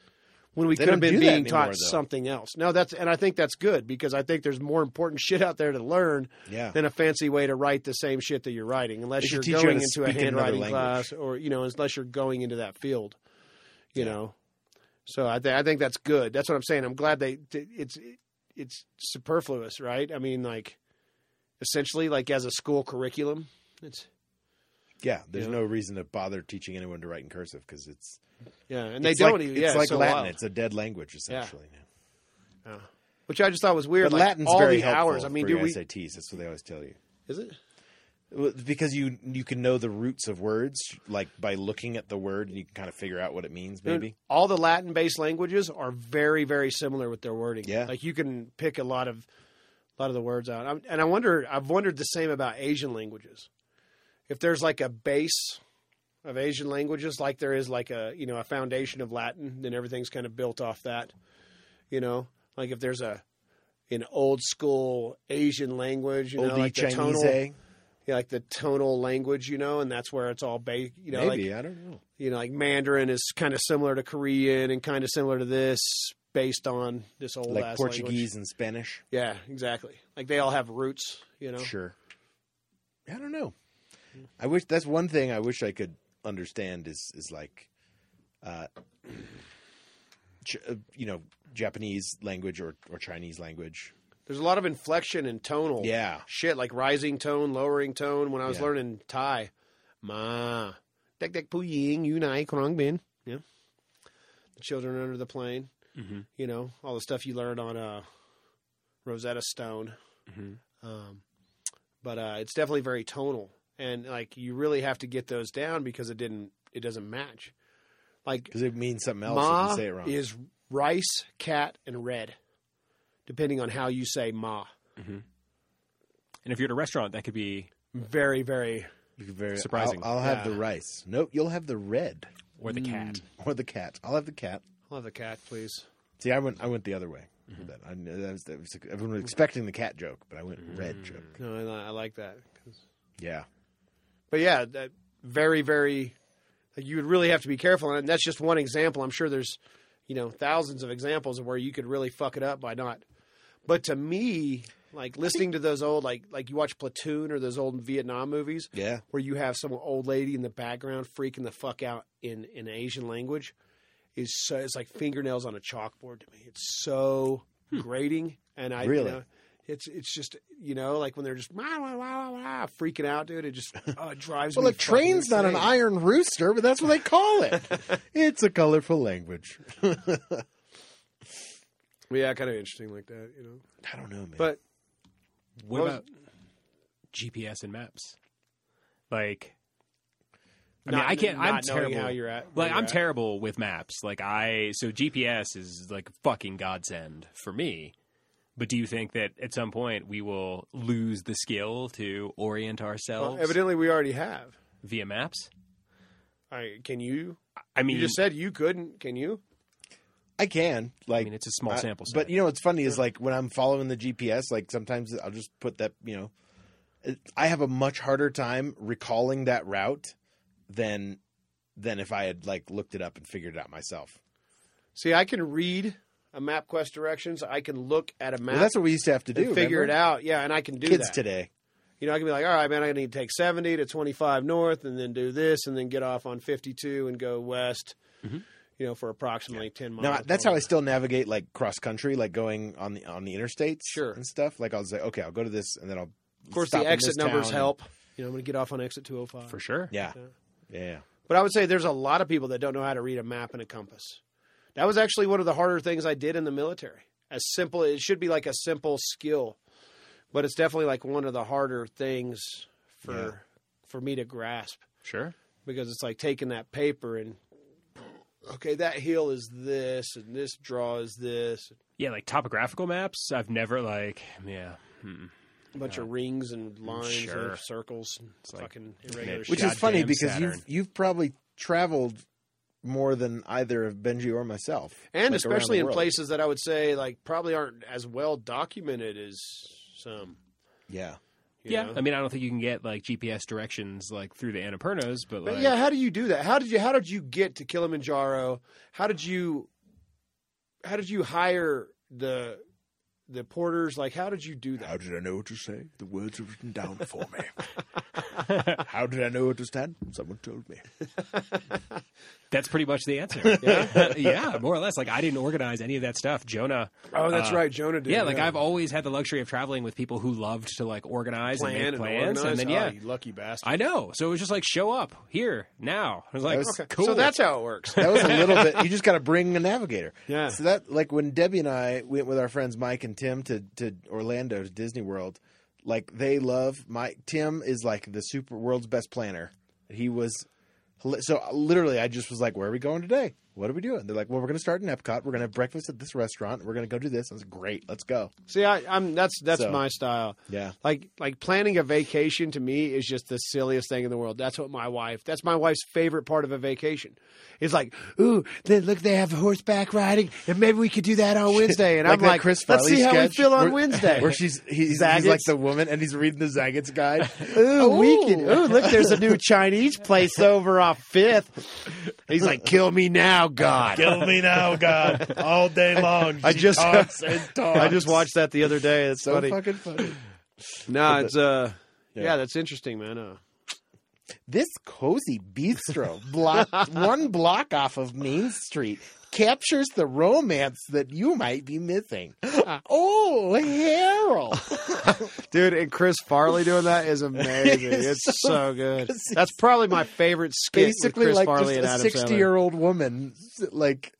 [SPEAKER 3] when we
[SPEAKER 2] They
[SPEAKER 3] could have
[SPEAKER 2] don't
[SPEAKER 3] been
[SPEAKER 2] do that
[SPEAKER 3] being taught
[SPEAKER 2] anymore, though.
[SPEAKER 3] something else. No, that's and I think that's good because I think there's more important shit out there to learn
[SPEAKER 2] yeah.
[SPEAKER 3] than a fancy way to write the same shit that you're writing, unless
[SPEAKER 2] They should
[SPEAKER 3] you're
[SPEAKER 2] teach you
[SPEAKER 3] going
[SPEAKER 2] how to
[SPEAKER 3] into a
[SPEAKER 2] speak another
[SPEAKER 3] handwriting
[SPEAKER 2] language.
[SPEAKER 3] class or you know, unless you're going into that field, you know. So I, th- I think that's good. That's what I'm saying. I'm glad they. th- It's it's superfluous, right? I mean, like essentially, like as a school curriculum, it's
[SPEAKER 2] yeah. There's
[SPEAKER 3] Yeah.
[SPEAKER 2] no reason to bother teaching anyone to write in cursive because it's
[SPEAKER 3] yeah, and they
[SPEAKER 2] it's
[SPEAKER 3] don't
[SPEAKER 2] like,
[SPEAKER 3] even.
[SPEAKER 2] It's
[SPEAKER 3] yeah,
[SPEAKER 2] like
[SPEAKER 3] so uh,
[SPEAKER 2] Latin.
[SPEAKER 3] wild.
[SPEAKER 2] It's a dead language essentially. now.
[SPEAKER 3] Yeah. Which I just thought was weird.
[SPEAKER 2] But
[SPEAKER 3] like,
[SPEAKER 2] Latin's
[SPEAKER 3] all
[SPEAKER 2] very
[SPEAKER 3] the
[SPEAKER 2] helpful
[SPEAKER 3] hours. I mean,
[SPEAKER 2] for
[SPEAKER 3] do
[SPEAKER 2] your
[SPEAKER 3] we?
[SPEAKER 2] SATs. That's what they always tell you.
[SPEAKER 3] Is it?
[SPEAKER 2] Well, because you you can know the roots of words like by looking at the word and you can kind of figure out what it means maybe
[SPEAKER 3] all the Latin based languages are very, very similar with their wording.
[SPEAKER 2] Yeah.
[SPEAKER 3] Like you can pick a lot of a lot of the words out. I'm, and I wonder I've wondered the same about Asian languages. If there's like a base of Asian languages, like there is like a you know, a foundation of Latin, then everything's kind of built off that. You know? Like if there's a in old school Asian language, you
[SPEAKER 2] Old
[SPEAKER 3] know, like the
[SPEAKER 2] Chinese
[SPEAKER 3] tonal,
[SPEAKER 2] A?
[SPEAKER 3] yeah, like the tonal language, you know, and that's where it's all ba you know, like
[SPEAKER 2] Maybe I don't know.
[SPEAKER 3] you know, like Mandarin is kind of similar to Korean and kind of similar to this, based on this old
[SPEAKER 2] Like
[SPEAKER 3] ass
[SPEAKER 2] Portuguese
[SPEAKER 3] language.
[SPEAKER 2] and Spanish.
[SPEAKER 3] Yeah, exactly. Like they all have roots, you know.
[SPEAKER 2] Sure. I don't know. I wish that's one thing I wish I could understand is is like, uh, Ch- uh, you know, Japanese language or or Chinese language.
[SPEAKER 3] There's a lot of inflection and tonal.
[SPEAKER 2] Yeah.
[SPEAKER 3] Shit, like rising tone, lowering tone. When I was
[SPEAKER 2] Yeah.
[SPEAKER 3] learning Thai, ma, dek dek pu ying, yunai, krong bin. Yeah. The children under the plane,
[SPEAKER 4] Mm-hmm.
[SPEAKER 3] you know, all the stuff you learn on uh, Rosetta Stone.
[SPEAKER 4] Mhm.
[SPEAKER 3] Um, but uh, it's definitely very tonal. And like you really have to get those down because it didn't, it doesn't match. Like
[SPEAKER 2] Because it means something else if
[SPEAKER 3] Ma
[SPEAKER 2] you say it wrong.
[SPEAKER 3] is rice, cat, and red, depending on how you say ma.
[SPEAKER 4] And if you're at a restaurant, that could be
[SPEAKER 3] Very, very.
[SPEAKER 2] Very
[SPEAKER 4] surprising.
[SPEAKER 2] I'll, I'll have
[SPEAKER 3] Yeah.
[SPEAKER 2] the rice. Nope, you'll have the red
[SPEAKER 4] or
[SPEAKER 3] Hmm.
[SPEAKER 4] the cat.
[SPEAKER 2] or the cat. I'll have the cat.
[SPEAKER 3] I'll have the cat, please.
[SPEAKER 2] See, I went I went the other way.
[SPEAKER 3] Mm-hmm.
[SPEAKER 2] with That. I, knew- that was, that was, everyone was expecting the cat joke, but I went
[SPEAKER 3] Mm-hmm.
[SPEAKER 2] red joke.
[SPEAKER 3] No, I, I like that. 'cause-
[SPEAKER 2] Yeah.
[SPEAKER 3] But yeah, that very, very. Like you would really have to be careful, and that's just one example. I'm sure there's, you know, thousands of examples of where you could really fuck it up by not. But to me, like listening to those old, like like you watch Platoon or those old Vietnam movies,
[SPEAKER 2] Yeah.
[SPEAKER 3] where you have some old lady in the background freaking the fuck out in in Asian language is so it's like fingernails on a chalkboard to me. It's so
[SPEAKER 4] Hmm.
[SPEAKER 3] grating, and I you
[SPEAKER 2] Really?
[SPEAKER 3] know, it's it's just you know like when they're just wah, wah, wah, wah, wah, freaking out, dude. It just oh, it drives
[SPEAKER 2] Well,
[SPEAKER 3] me.
[SPEAKER 2] a train's
[SPEAKER 3] fucking
[SPEAKER 2] not an
[SPEAKER 3] insane.
[SPEAKER 2] iron rooster, but that's what they call it. it's a colorful language.
[SPEAKER 3] But yeah, kind of interesting like that, you know.
[SPEAKER 2] I don't know, man.
[SPEAKER 3] But
[SPEAKER 4] What
[SPEAKER 3] Well,
[SPEAKER 4] about GPS and maps? Like, I mean,
[SPEAKER 3] not-
[SPEAKER 4] I can't.
[SPEAKER 3] Not
[SPEAKER 4] I'm
[SPEAKER 3] knowing
[SPEAKER 4] terrible.
[SPEAKER 3] How you're at? where
[SPEAKER 4] like
[SPEAKER 3] you're
[SPEAKER 4] I'm
[SPEAKER 3] at.
[SPEAKER 4] terrible with maps. Like I so GPS is like a fucking godsend for me. But do you think that at some point we will lose the skill to orient
[SPEAKER 3] Well,
[SPEAKER 4] ourselves
[SPEAKER 3] evidently, we already have.
[SPEAKER 4] via maps?
[SPEAKER 3] I, can you?
[SPEAKER 4] I mean,
[SPEAKER 3] You just said you couldn't. Can you?
[SPEAKER 2] I can like.
[SPEAKER 4] I mean, it's a small
[SPEAKER 2] I-
[SPEAKER 4] sample size.
[SPEAKER 2] But you know what's funny is like when I'm following the GPS, like sometimes I'll just put that. You know, it, I have a much harder time recalling that route than than if I had like looked it up and figured it out myself.
[SPEAKER 3] See, I can read a map quest directions. I can look at a map.
[SPEAKER 2] Well, that's what we used to have to
[SPEAKER 3] and
[SPEAKER 2] do.
[SPEAKER 3] figure
[SPEAKER 2] remember?
[SPEAKER 3] it out. Yeah, and I can do
[SPEAKER 2] Kids
[SPEAKER 3] that.
[SPEAKER 2] today.
[SPEAKER 3] You know, I can be like, all right, man, I need to take 70 to 25 north and then do this and then get off on 52 and go west,
[SPEAKER 4] Mhm.
[SPEAKER 3] you know, for approximately 10 miles.
[SPEAKER 2] Mm-hmm. No, I- that's how I still navigate like cross country, like going on the on the interstates,
[SPEAKER 3] Sure.
[SPEAKER 2] and stuff. Like I'll say, okay, I'll go to this, and then I'll.
[SPEAKER 3] Of course,
[SPEAKER 2] stop
[SPEAKER 3] the
[SPEAKER 2] in
[SPEAKER 3] exit
[SPEAKER 2] this
[SPEAKER 3] numbers
[SPEAKER 2] town.
[SPEAKER 3] help. You know, I'm going to get off on exit 205.
[SPEAKER 4] for sure.
[SPEAKER 2] Yeah,
[SPEAKER 3] Yeah.
[SPEAKER 2] yeah.
[SPEAKER 3] But I would say there's a lot of people that don't know how to read a map and a compass. That was actually one of the harder things I did in the military. As simple, it should be like a simple skill, but it's definitely like one of the harder things for
[SPEAKER 2] Yeah.
[SPEAKER 3] for me to grasp.
[SPEAKER 4] Sure.
[SPEAKER 3] because it's like taking that paper and okay, that hill is this and this draw is this,
[SPEAKER 4] Yeah, like topographical maps. I've never like yeah. mm.
[SPEAKER 3] a bunch of rings and lines
[SPEAKER 4] Sure.
[SPEAKER 3] and circles, and
[SPEAKER 4] like-
[SPEAKER 3] fucking irregular
[SPEAKER 4] Mitch.
[SPEAKER 3] shit.
[SPEAKER 2] Which is
[SPEAKER 4] Goddamn
[SPEAKER 2] funny because
[SPEAKER 4] Saturn.
[SPEAKER 2] you've you've probably traveled more than either of Benji or myself, like,
[SPEAKER 3] and
[SPEAKER 2] around
[SPEAKER 3] especially
[SPEAKER 2] the
[SPEAKER 3] in
[SPEAKER 2] world.
[SPEAKER 3] places that I would say like probably aren't as well documented as some.
[SPEAKER 2] Yeah,
[SPEAKER 3] you
[SPEAKER 4] yeah.
[SPEAKER 3] know?
[SPEAKER 4] I mean, I don't think you can get like GPS directions like through the Annapurnas, but like
[SPEAKER 3] But yeah, how do you do that? How did you how did you get to Kilimanjaro? How did you how did you hire the the porters? Like how did you do that?
[SPEAKER 2] did I know what to say? The words are written down for me. How did I know what to stand? Someone told me.
[SPEAKER 4] That's pretty much the answer. yeah. more or less. Like I didn't organize any of that stuff. Jonah.
[SPEAKER 3] Oh, that's
[SPEAKER 4] uh,
[SPEAKER 3] right, Jonah did.
[SPEAKER 4] Yeah, like I've always had the luxury of traveling with people who loved to like organize
[SPEAKER 3] plan
[SPEAKER 4] and
[SPEAKER 3] and,
[SPEAKER 4] make plans, and,
[SPEAKER 3] organize?
[SPEAKER 4] then
[SPEAKER 3] Oh,
[SPEAKER 2] Ah,
[SPEAKER 4] yeah,
[SPEAKER 3] you lucky bastard.
[SPEAKER 4] I know. So it was just like show up here now. I was like,
[SPEAKER 2] That was-
[SPEAKER 4] okay. cool.
[SPEAKER 3] So that's how it works.
[SPEAKER 2] That was a little bit. You just got to bring a navigator.
[SPEAKER 3] Yeah.
[SPEAKER 2] So that like when Debbie and I went with our friends Mike and Tim to to Orlando to Disney World, like they love Mike. Tim is like the uh, super world's best planner. He was hila- so literally. I just was like, "Where are we going today? what are we doing? They're like, well, we're going to start in Epcot. We're going to have breakfast at this restaurant. We're going to go do this. I was like, great, let's go.
[SPEAKER 3] See, I, I'm that's that's
[SPEAKER 2] So-
[SPEAKER 3] my style.
[SPEAKER 2] Yeah.
[SPEAKER 3] Like like planning a vacation to me is just the silliest thing in the world. That's what my wife. That's my wife's favorite part of a vacation. It's like, ooh, they, look, they have horseback riding, and maybe we could do that on Wednesday. And I'm
[SPEAKER 2] that
[SPEAKER 3] like, let's
[SPEAKER 2] Farley
[SPEAKER 3] see how we
[SPEAKER 2] sketch
[SPEAKER 3] feel on
[SPEAKER 2] where-
[SPEAKER 3] Wednesday.
[SPEAKER 2] Where she's he's, he's like
[SPEAKER 3] Zagat's.
[SPEAKER 2] the woman and he's reading the Zagat's guide.
[SPEAKER 3] Ooh, we can. Ooh, look, there's a new Chinese place over off Fifth. He's like, kill me now, God.
[SPEAKER 2] Kill me now, God, all day long.
[SPEAKER 3] I
[SPEAKER 2] She
[SPEAKER 3] just-
[SPEAKER 2] talks and talks.
[SPEAKER 3] I just watched that the other day. It's
[SPEAKER 2] So
[SPEAKER 3] funny.
[SPEAKER 2] fucking funny.
[SPEAKER 3] No, it's uh, yeah.
[SPEAKER 2] Yeah.
[SPEAKER 3] that's interesting, man. Uh,
[SPEAKER 2] This cozy bistro, block, one block off of Main Street, captures the romance that you might be missing. Oh, Harold.
[SPEAKER 3] dude, and Chris Farley doing that is amazing. It's so good.
[SPEAKER 2] it's-
[SPEAKER 3] That's probably my favorite skit
[SPEAKER 2] Basically,
[SPEAKER 3] with
[SPEAKER 2] like
[SPEAKER 3] Chris Farley and
[SPEAKER 2] just a
[SPEAKER 3] Adam Sandler.
[SPEAKER 2] sixty-year-old woman, s- like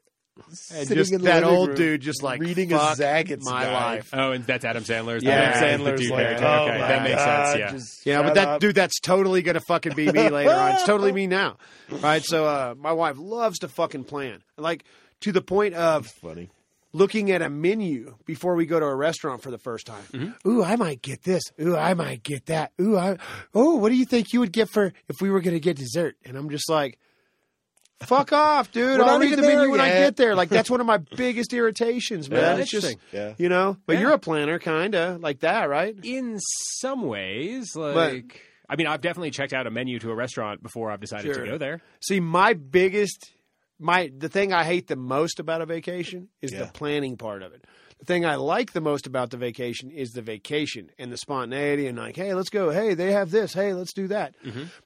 [SPEAKER 3] And
[SPEAKER 2] sitting
[SPEAKER 3] just
[SPEAKER 2] in the
[SPEAKER 3] that
[SPEAKER 2] living
[SPEAKER 3] old
[SPEAKER 2] room
[SPEAKER 3] dude, just like
[SPEAKER 2] reading a
[SPEAKER 3] fuck
[SPEAKER 2] Zagat's
[SPEAKER 3] my
[SPEAKER 2] guide.
[SPEAKER 3] life.
[SPEAKER 4] Oh, and that's Adam Sandler's.
[SPEAKER 3] Yeah.
[SPEAKER 4] Adam
[SPEAKER 3] Sandler's
[SPEAKER 4] the dude
[SPEAKER 3] like,
[SPEAKER 4] haircut.
[SPEAKER 3] oh
[SPEAKER 4] okay,
[SPEAKER 3] my
[SPEAKER 4] that makes sense. Yeah.
[SPEAKER 3] Yeah, but that dude, that's totally gonna fucking be me later on. It's totally me now, right? So uh, my wife loves to fucking plan, like to the point of
[SPEAKER 2] funny.
[SPEAKER 3] looking at a menu before we go to a restaurant for the first time.
[SPEAKER 2] Mm-hmm.
[SPEAKER 3] Ooh, I might get this. Ooh, I might get that. Ooh, I. Oh, what do you think you would get for if we were gonna get dessert? And I'm just like. Fuck off, dude!
[SPEAKER 2] We're
[SPEAKER 3] I'll
[SPEAKER 2] not
[SPEAKER 3] read the
[SPEAKER 2] even
[SPEAKER 3] menu
[SPEAKER 2] there
[SPEAKER 3] when I
[SPEAKER 2] yet.
[SPEAKER 3] get there. Like that's one of my biggest irritations, man.
[SPEAKER 4] Yeah.
[SPEAKER 3] it's just
[SPEAKER 4] Interesting.
[SPEAKER 2] Yeah.
[SPEAKER 3] you know. But
[SPEAKER 4] Yeah.
[SPEAKER 3] you're a planner, kinda like that, right?
[SPEAKER 4] In some ways, like I mean, I've definitely checked out a menu to a restaurant before I've decided
[SPEAKER 3] Sure.
[SPEAKER 4] to go there.
[SPEAKER 3] See, my biggest my the thing I hate the most about a vacation is the
[SPEAKER 2] Yeah.
[SPEAKER 3] planning part of it. The thing I like the most about the vacation is the vacation and the spontaneity and like, hey, let's go. Hey, they have this. Hey, let's do that.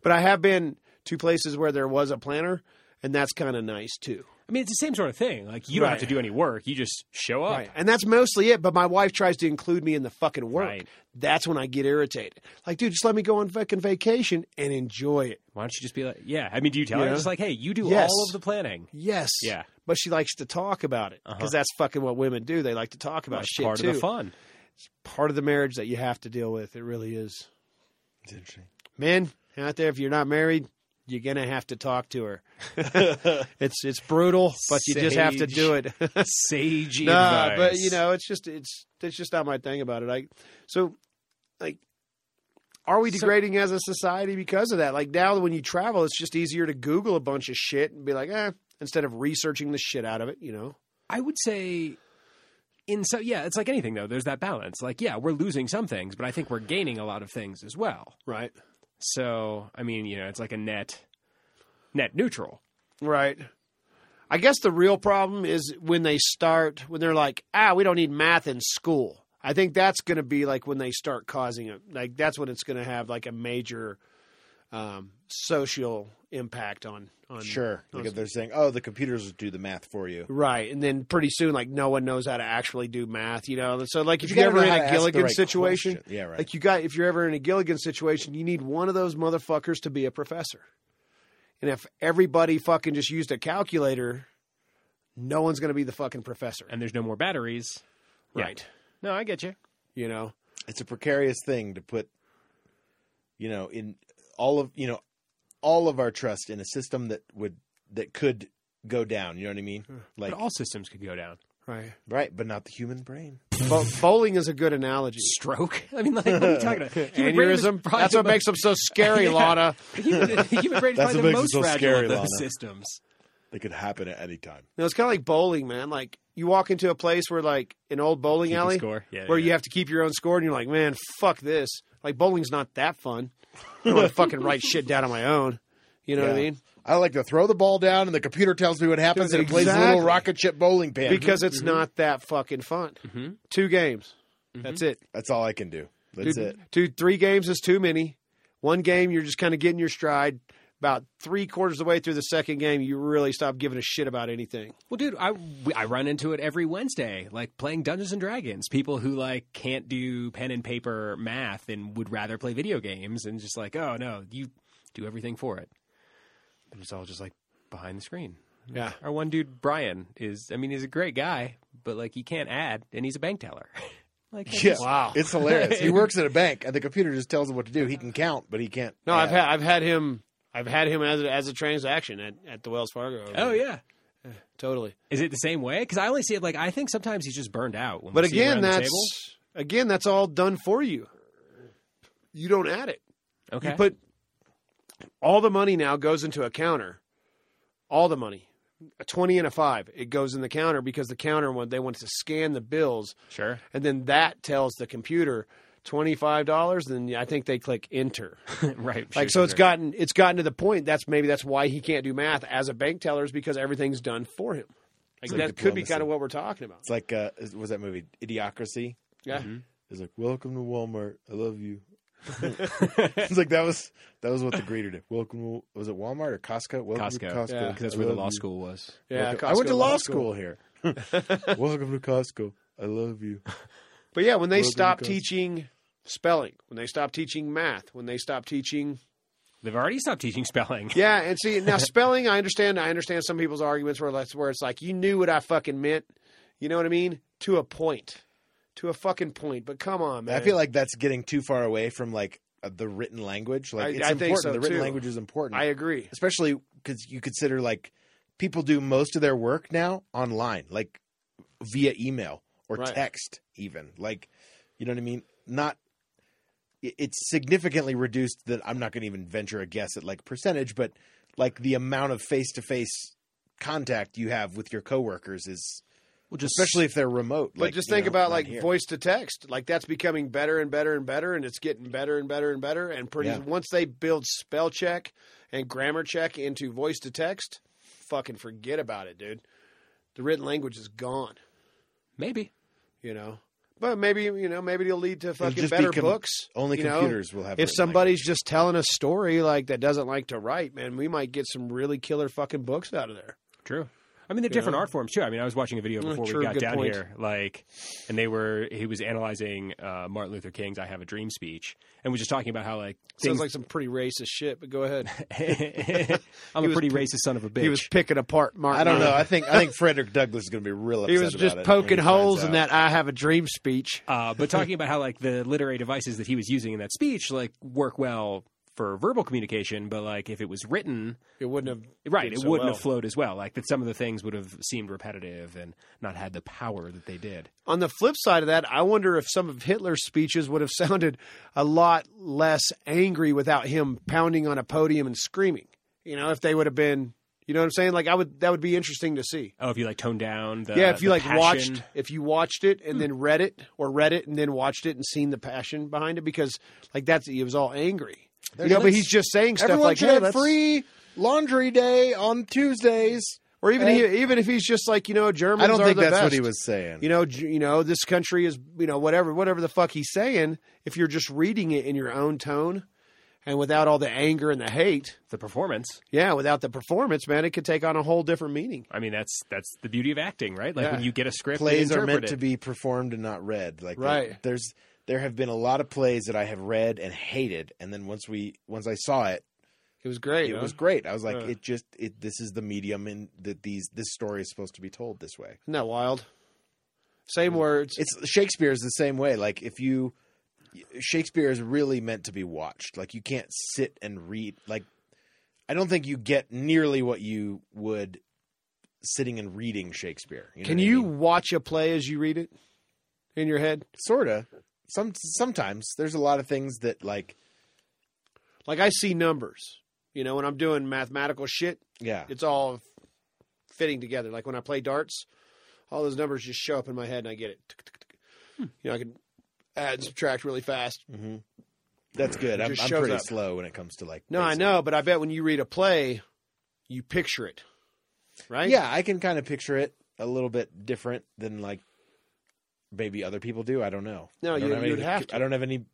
[SPEAKER 3] But I have been to places where there was a planner, and that's kind of nice too.
[SPEAKER 4] I mean, it's the same sort of thing. Like you don't
[SPEAKER 3] Right.
[SPEAKER 4] have to do any work; you just show up.
[SPEAKER 3] Right. And that's mostly it. But my wife tries to include me in the fucking work.
[SPEAKER 4] Right.
[SPEAKER 3] That's when I get irritated. Like, dude, just let me go on fucking vacation and enjoy it.
[SPEAKER 4] Why don't you just be like, yeah? I mean, do you tell
[SPEAKER 3] Yeah.
[SPEAKER 4] her just like, hey, you do
[SPEAKER 3] Yes.
[SPEAKER 4] all of the planning?
[SPEAKER 3] Yes.
[SPEAKER 4] Yeah. Uh-huh.
[SPEAKER 3] But she likes to talk about it because that's fucking what women do. They like to talk about
[SPEAKER 4] That's
[SPEAKER 3] shit
[SPEAKER 4] part
[SPEAKER 3] too.
[SPEAKER 4] of the fun.
[SPEAKER 3] Part of the marriage that you have to deal with. It really is.
[SPEAKER 2] It's interesting.
[SPEAKER 3] Men out there, if you're not married, you're gonna have to talk to her. it's it's brutal, but you just have to
[SPEAKER 4] Sage
[SPEAKER 3] do it.
[SPEAKER 4] Sage
[SPEAKER 3] nah,
[SPEAKER 4] advice.
[SPEAKER 3] but you know, it's just it's it's just not my thing about it. Like, so, like, are we
[SPEAKER 4] So-
[SPEAKER 3] degrading as a society because of that? Like now, when you travel, it's just easier to Google a bunch of shit and be like, eh, instead of researching the shit out of it. You know,
[SPEAKER 4] I would say in so yeah, it's like anything though. There's that balance. Like yeah, we're losing some things, but I think we're gaining a lot of things as well.
[SPEAKER 3] right?
[SPEAKER 4] So I mean, you know, it's like a net net neutral.
[SPEAKER 3] Right. I guess the real problem is when they start when they're like, ah, we don't need math in school. I think that's going to be like when they start causing it. Like that's when it's going to have like a major um, social impact on on
[SPEAKER 2] Sure. Because they're saying, oh, the computers will do the math for you.
[SPEAKER 3] Right, and then pretty soon, like no one knows how to actually do math, you know. So, like, if
[SPEAKER 2] you
[SPEAKER 3] you're
[SPEAKER 2] gotta
[SPEAKER 3] ever in
[SPEAKER 2] know how to
[SPEAKER 3] a
[SPEAKER 2] ask the
[SPEAKER 3] Gilligan
[SPEAKER 2] right
[SPEAKER 3] situation,
[SPEAKER 2] question. Yeah, right.
[SPEAKER 3] Like, you got if you're ever in a Gilligan situation, you need one of those motherfuckers to be a professor. And if everybody fucking just used a calculator, no one's going to be the fucking professor,
[SPEAKER 4] And there's no more batteries. Yeah.
[SPEAKER 3] right?
[SPEAKER 4] No, I get you.
[SPEAKER 3] You know,
[SPEAKER 2] It's a precarious thing to put, you know, in all of, you know, all of our trust in a system that would, that could go down. You know what I
[SPEAKER 3] Hmm.
[SPEAKER 2] mean? Like,
[SPEAKER 4] But all systems could go down.
[SPEAKER 3] right?
[SPEAKER 2] right. But not the human brain.
[SPEAKER 3] Bo- bowling is a good analogy.
[SPEAKER 4] Stroke. I mean, like, what are you talking about? Human brain is
[SPEAKER 3] Aneurysm.
[SPEAKER 4] probably
[SPEAKER 3] That's
[SPEAKER 4] the
[SPEAKER 3] what
[SPEAKER 4] mo-
[SPEAKER 3] makes them so scary, Lana.
[SPEAKER 4] human, human brain is
[SPEAKER 2] That's
[SPEAKER 4] probably
[SPEAKER 2] what
[SPEAKER 4] the
[SPEAKER 2] makes it
[SPEAKER 4] most
[SPEAKER 2] so
[SPEAKER 4] fragile
[SPEAKER 2] scary,
[SPEAKER 4] of those
[SPEAKER 2] Lana.
[SPEAKER 4] systems.
[SPEAKER 2] It could happen at any time.
[SPEAKER 3] No, it's kind of like bowling, man. Like you walk into a place where like an old bowling
[SPEAKER 4] Keeping
[SPEAKER 3] alley,
[SPEAKER 4] score. Yeah,
[SPEAKER 3] where
[SPEAKER 4] yeah.
[SPEAKER 3] you have to keep your own score, and you're like, man, fuck this. Like bowling's not that fun. I want to fucking write shit down on my own. You know what I
[SPEAKER 2] Yeah.
[SPEAKER 3] mean?
[SPEAKER 2] I like to throw the ball down and the computer tells me what happens and it plays a
[SPEAKER 3] Exactly.
[SPEAKER 2] little rocket ship bowling pin.
[SPEAKER 3] Because it's not that fucking fun.
[SPEAKER 4] Mhm.
[SPEAKER 3] Two games. That's it.
[SPEAKER 2] that's all I can do. That's
[SPEAKER 3] dude,
[SPEAKER 2] it.
[SPEAKER 3] Dude, three games is too many. One game, you're just kind of getting your stride. About three quarters of the way through the second game, you really stop giving a shit about anything.
[SPEAKER 4] Well, dude, I, we- I run into it every Wednesday, like playing Dungeons and Dragons. People who like can't do pen and paper math and would rather play video games, and just like, oh no, you do everything for it. And it's all just like behind the screen.
[SPEAKER 3] Yeah.
[SPEAKER 4] Our one dude, Brian, is I mean, he's a great guy, but like he can't add, and he's a bank teller. like,
[SPEAKER 2] Yeah.
[SPEAKER 4] he's-
[SPEAKER 3] Wow.
[SPEAKER 2] It's hilarious. he works at a bank and the computer just tells him what to do. He can count, but he can't.
[SPEAKER 3] No, I've
[SPEAKER 2] add.
[SPEAKER 3] had I've had him I've had him as a, as a transaction at, at the Wells Fargo.
[SPEAKER 4] oh yeah.
[SPEAKER 3] totally.
[SPEAKER 4] Is it the same way? Because I only see it like I think sometimes he's just burned out. When
[SPEAKER 3] But
[SPEAKER 4] we see it
[SPEAKER 3] again,
[SPEAKER 4] around the table.
[SPEAKER 3] that's again that's all done for you. You don't add it.
[SPEAKER 4] okay.
[SPEAKER 3] You put all the money now goes into a counter. All the money, a twenty and a five, it goes in the counter because the counter when they want to scan the bills,
[SPEAKER 4] sure.
[SPEAKER 3] and then that tells the computer twenty five dollars. Then I think they click enter.
[SPEAKER 4] right.
[SPEAKER 3] Like so, it's gotten it's gotten to the point that's maybe that's why he can't do math as a bank teller is because everything's done for him. Like that could be
[SPEAKER 2] diplomacy.
[SPEAKER 3] kind of what we're talking about.
[SPEAKER 2] It's like uh, is- was that movie Idiocracy?
[SPEAKER 3] Yeah.
[SPEAKER 2] It's like welcome to Walmart. I love you. it's like that was that was what the greeter did. Welcome. to- Was it Walmart or Costco? Welcome to
[SPEAKER 4] Costco.
[SPEAKER 2] Costco.
[SPEAKER 3] Yeah,
[SPEAKER 4] 'Cause that's
[SPEAKER 2] I
[SPEAKER 4] where the
[SPEAKER 2] love
[SPEAKER 4] law
[SPEAKER 3] Um,
[SPEAKER 2] you.
[SPEAKER 4] school was.
[SPEAKER 3] Yeah,
[SPEAKER 2] Welcome- I went
[SPEAKER 3] Costco
[SPEAKER 2] to law school here. welcome to Costco. I love you.
[SPEAKER 3] But yeah, when they
[SPEAKER 2] Well,
[SPEAKER 3] stop
[SPEAKER 2] because-
[SPEAKER 3] teaching spelling, when they stop teaching math, when they stop teaching
[SPEAKER 4] They've already stopped teaching spelling.
[SPEAKER 3] Yeah, and see now spelling, I understand. I understand some people's arguments where that's where it's like you knew what I fucking meant. You know what I mean? To a point, to a fucking point. But come on, man.
[SPEAKER 2] I feel like that's getting too far away from like uh, the written language. Like
[SPEAKER 3] I-
[SPEAKER 2] it's
[SPEAKER 3] I think
[SPEAKER 2] important.
[SPEAKER 3] so,
[SPEAKER 2] the written
[SPEAKER 3] too.
[SPEAKER 2] language is important,
[SPEAKER 3] I agree.
[SPEAKER 2] especially because you consider like people do most of their work now online, like via email or
[SPEAKER 3] Right.
[SPEAKER 2] text, even. Like, you know what I mean? Not. it- It's significantly reduced. That I'm not going to even venture a guess at like percentage, but like the amount of face to face contact you have with your coworkers is
[SPEAKER 4] Well, just
[SPEAKER 2] especially if they're remote
[SPEAKER 3] But
[SPEAKER 2] like,
[SPEAKER 3] just
[SPEAKER 2] you
[SPEAKER 3] think
[SPEAKER 2] know,
[SPEAKER 3] about
[SPEAKER 2] not
[SPEAKER 3] like
[SPEAKER 2] here.
[SPEAKER 3] voice to text. Like that's becoming better and better and better, and it's getting better and better and better. And pretty
[SPEAKER 2] Yeah.
[SPEAKER 3] once they build spell check and grammar check into voice to text, fucking forget about it, dude. The written language is gone.
[SPEAKER 4] maybe.
[SPEAKER 3] You know. But maybe you know, maybe it'll lead to fucking
[SPEAKER 2] just be
[SPEAKER 3] better
[SPEAKER 2] com-
[SPEAKER 3] books.
[SPEAKER 2] only
[SPEAKER 3] you know?
[SPEAKER 2] computers will have
[SPEAKER 3] if
[SPEAKER 2] written
[SPEAKER 3] somebody's just telling a story like that doesn't like to write, man, we might get some really killer fucking books out of there.
[SPEAKER 4] True. I mean, they're different
[SPEAKER 3] Yeah.
[SPEAKER 4] art forms too. I mean, I was watching a video
[SPEAKER 3] Mm,
[SPEAKER 4] before
[SPEAKER 3] true,
[SPEAKER 4] we got
[SPEAKER 3] good
[SPEAKER 4] down
[SPEAKER 3] point.
[SPEAKER 4] here, like, and they were he was analyzing uh, Martin Luther King's "I Have a Dream" speech, and was just talking about how like
[SPEAKER 3] Sounds
[SPEAKER 4] things.
[SPEAKER 3] like some pretty racist shit, but go ahead.
[SPEAKER 4] I'm
[SPEAKER 3] He
[SPEAKER 4] a
[SPEAKER 3] was
[SPEAKER 4] pretty
[SPEAKER 3] pi-
[SPEAKER 4] racist son of a bitch.
[SPEAKER 3] he was picking apart Martin.
[SPEAKER 2] I don't know.
[SPEAKER 3] Luther.
[SPEAKER 2] I think I think Frederick Douglass is going to be real upset.
[SPEAKER 3] He was
[SPEAKER 2] about
[SPEAKER 3] just
[SPEAKER 2] it when he
[SPEAKER 3] poking
[SPEAKER 2] finds
[SPEAKER 3] holes in
[SPEAKER 2] out.
[SPEAKER 3] that I have a dream speech.
[SPEAKER 4] uh, but talking about how like the literary devices that he was using in that speech like work well for verbal communication, but like if it was written,
[SPEAKER 3] It wouldn't have
[SPEAKER 4] right,
[SPEAKER 3] did
[SPEAKER 4] it
[SPEAKER 3] so
[SPEAKER 4] wouldn't
[SPEAKER 3] well.
[SPEAKER 4] have flowed as well. Like that, some of the things would have seemed repetitive and not had the power that they did.
[SPEAKER 3] On the flip side of that, I wonder if some of Hitler's speeches would have sounded a lot less angry without him pounding on a podium and screaming. You know, if they would have been, you know what I'm saying? Like I would that would be interesting to see.
[SPEAKER 4] Oh, if you like tone down
[SPEAKER 2] Uh,
[SPEAKER 4] the
[SPEAKER 3] yeah, if you
[SPEAKER 4] the
[SPEAKER 3] like
[SPEAKER 4] passion.
[SPEAKER 3] watched if you watched it
[SPEAKER 2] Hmm.
[SPEAKER 3] and then read it or read it and then watched it and seen the passion behind it because like that's he was all angry. you know, but
[SPEAKER 2] that's-
[SPEAKER 3] he's just saying stuff
[SPEAKER 2] Everyone
[SPEAKER 3] like
[SPEAKER 2] should
[SPEAKER 3] "Hey,
[SPEAKER 2] have
[SPEAKER 3] that's-"
[SPEAKER 2] free laundry day on Tuesdays.
[SPEAKER 3] or even
[SPEAKER 2] Hey.
[SPEAKER 3] he, even if he's just like you know Germans
[SPEAKER 2] I don't
[SPEAKER 3] are
[SPEAKER 2] think
[SPEAKER 3] the
[SPEAKER 2] that's
[SPEAKER 3] best.
[SPEAKER 2] what he was saying.
[SPEAKER 3] You know, J- you know this country is you know whatever whatever the fuck he's saying. If you're just reading it in your own tone and without all the anger and the hate,
[SPEAKER 4] the performance.
[SPEAKER 3] yeah, without the performance, man, it could take on a whole different meaning.
[SPEAKER 4] I mean, that's that's the beauty of acting, right? Like
[SPEAKER 3] Yeah.
[SPEAKER 4] when you get a script, and
[SPEAKER 2] plays are
[SPEAKER 4] interpret
[SPEAKER 2] meant
[SPEAKER 4] it.
[SPEAKER 2] to be performed and not read. Like
[SPEAKER 3] Right.
[SPEAKER 2] there- there's there have been a lot of plays that I have read and hated, and then once we once I saw it,
[SPEAKER 3] It was great.
[SPEAKER 2] it
[SPEAKER 3] huh?
[SPEAKER 2] was great. I was like,
[SPEAKER 3] Yeah.
[SPEAKER 2] it just it this is the medium in that these this story is supposed to be told this way.
[SPEAKER 3] Isn't that wild? Mm. Same words.
[SPEAKER 2] it's Shakespeare is the same way. Like if you Shakespeare is really meant to be watched. Like you can't sit and read. Like I don't think you get nearly what you would sitting and reading Shakespeare. know
[SPEAKER 3] Can
[SPEAKER 2] what I
[SPEAKER 3] you
[SPEAKER 2] mean?
[SPEAKER 3] watch a play as you read it in your head?
[SPEAKER 2] sorta? Some sometimes there's a lot of things that like
[SPEAKER 3] Like I see numbers. You know, when I'm doing mathematical shit,
[SPEAKER 2] yeah.
[SPEAKER 3] it's all fitting together. Like when I play darts, all those numbers just show up in my head and I get it. Tick, tick, tick. You know, I can add and subtract really fast.
[SPEAKER 2] hmm That's good.
[SPEAKER 3] It
[SPEAKER 2] I'm,
[SPEAKER 3] just
[SPEAKER 2] I'm
[SPEAKER 3] shows
[SPEAKER 2] pretty
[SPEAKER 3] up.
[SPEAKER 2] slow when it comes to like.
[SPEAKER 3] No, I
[SPEAKER 2] basic-
[SPEAKER 3] know, but I bet when you read a play, you picture it. Right?
[SPEAKER 2] Yeah, I can kind of picture it a little bit different than like maybe other people do. I don't know.
[SPEAKER 3] No,
[SPEAKER 2] I don't
[SPEAKER 3] you-
[SPEAKER 2] have any-
[SPEAKER 3] you'd have to.
[SPEAKER 2] I don't have any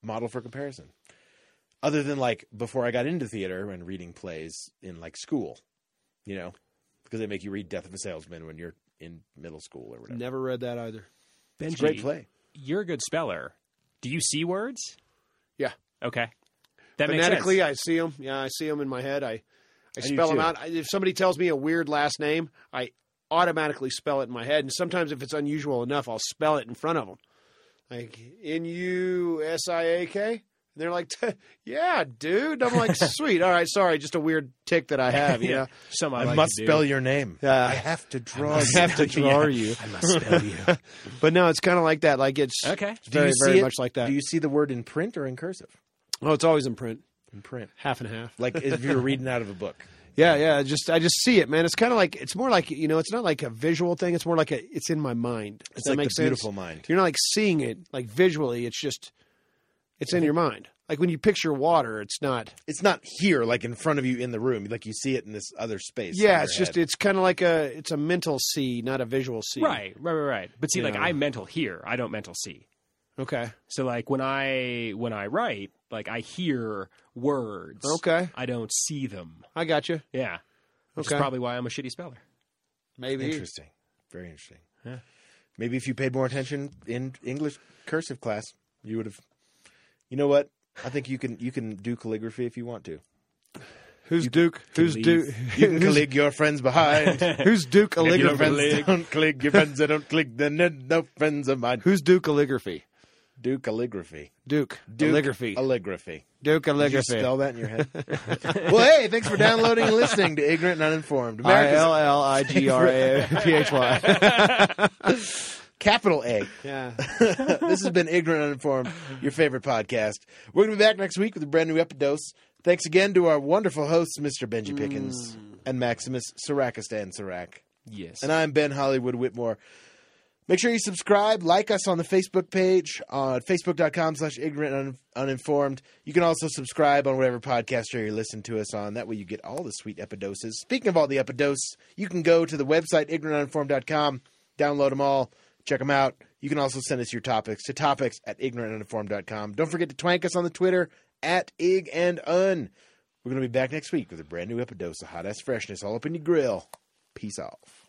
[SPEAKER 2] model for comparison. Other than like before I got into theater and reading plays in like school, you know, because they make you read Death of a Salesman when you're in middle school or whatever.
[SPEAKER 3] Never read that either.
[SPEAKER 4] Benji,
[SPEAKER 2] It's a great play.
[SPEAKER 4] You're a good speller. Do you see words?
[SPEAKER 3] Yeah.
[SPEAKER 4] Okay. That makes sense.
[SPEAKER 3] Phonetically, I see them. Yeah, I see them in my head. I, I
[SPEAKER 2] do
[SPEAKER 3] spell them
[SPEAKER 2] too.
[SPEAKER 3] out. I, if somebody tells me a weird last name, I automatically spell it in my head. And sometimes, if it's unusual enough, I'll spell it in front of them, like N U S I A K. And they're like, yeah, dude. I'm like, sweet. All right, sorry, just a weird tick that I have. You know,
[SPEAKER 4] Some I,
[SPEAKER 2] I
[SPEAKER 4] like
[SPEAKER 2] must
[SPEAKER 4] to do.
[SPEAKER 2] spell your name.
[SPEAKER 3] Yeah.
[SPEAKER 2] I have to draw.
[SPEAKER 3] I
[SPEAKER 2] you.
[SPEAKER 3] have to draw you.
[SPEAKER 4] I must spell you.
[SPEAKER 3] But no, it's kind of like that. Like it's
[SPEAKER 4] Okay.
[SPEAKER 3] it's very,
[SPEAKER 2] Do you
[SPEAKER 3] very
[SPEAKER 2] see it?
[SPEAKER 3] much like that.
[SPEAKER 2] Do you see the word in print or in cursive?
[SPEAKER 3] oh, it's always in print,
[SPEAKER 2] In print,
[SPEAKER 3] half and half.
[SPEAKER 2] like if you were reading out of a book.
[SPEAKER 3] Yeah, yeah. I Just I just see it, man. It's kind of like it's more like you know, it's not like a visual thing. It's more like a it's in my mind. Does
[SPEAKER 2] It's
[SPEAKER 3] that
[SPEAKER 2] like
[SPEAKER 3] make
[SPEAKER 2] the
[SPEAKER 3] sense?
[SPEAKER 2] beautiful mind.
[SPEAKER 3] You're not like seeing it like visually. It's just it's
[SPEAKER 2] Mm-hmm.
[SPEAKER 3] in your mind. Like when you picture water, it's not.
[SPEAKER 2] It's not here, like in front of you in the room. Like you see it in this other space. in
[SPEAKER 3] Yeah,
[SPEAKER 2] your
[SPEAKER 3] it's just
[SPEAKER 2] head.
[SPEAKER 3] it's kind of like a it's a mental see, not a visual see.
[SPEAKER 4] Right, right, right, right. But see, like
[SPEAKER 3] Yeah.
[SPEAKER 4] I mental hear, I don't mental see.
[SPEAKER 3] Okay.
[SPEAKER 4] So like when I when I write, like I hear words.
[SPEAKER 3] Okay.
[SPEAKER 4] I don't see them.
[SPEAKER 3] I got you.
[SPEAKER 4] Yeah. Which
[SPEAKER 3] Okay.
[SPEAKER 4] is probably why I'm a shitty speller.
[SPEAKER 3] Maybe.
[SPEAKER 2] interesting. Very interesting.
[SPEAKER 4] Yeah.
[SPEAKER 2] Maybe if you paid more attention in English cursive class, you would have. You know what? I think you can you can do calligraphy if you want to.
[SPEAKER 3] Who's Duke? Who's
[SPEAKER 4] leave.
[SPEAKER 3] Duke?
[SPEAKER 2] You can
[SPEAKER 3] Who's,
[SPEAKER 2] collig your friends behind.
[SPEAKER 3] who's Duke
[SPEAKER 2] If your
[SPEAKER 3] calligraphy?
[SPEAKER 2] friends don't click, your friends that don't click, then they're no friends of mine.
[SPEAKER 3] Who's Duke calligraphy?
[SPEAKER 2] Do calligraphy.
[SPEAKER 3] Duke.
[SPEAKER 2] Do
[SPEAKER 3] calligraphy.
[SPEAKER 2] Calligraphy.
[SPEAKER 3] Duke
[SPEAKER 2] Did you
[SPEAKER 3] calligraphy.
[SPEAKER 2] spell that in your head? well, hey, thanks for downloading and listening to Ignorant and Uninformed.
[SPEAKER 3] I
[SPEAKER 2] America's
[SPEAKER 3] L L I G R A P H Y.
[SPEAKER 2] capital A.
[SPEAKER 3] Yeah.
[SPEAKER 2] this has been Ignorant and Uninformed, your favorite podcast. We're going to be back next week with a brand new epidose. Thanks again to our wonderful hosts, Mr. Benji Pickens and Maximus Sarakistan Sarak.
[SPEAKER 4] Yes.
[SPEAKER 2] And I'm Ben Hollywood Whitmore. Make sure you subscribe, like us on the Facebook page on facebook.com slash ignorant un- uninformed. You can also subscribe on whatever podcaster you listen to us on. That way you get all the sweet epidoses. Speaking of all the epidoses, you can go to the website ignorantuninformed.com, download them all, check them out. You can also send us your topics to topics at ignorantuninformed.com. Don't forget to twank us on the Twitter at ig and un. We're going to be back next week with a brand new epidose of hot ass freshness all up in your grill. Peace off.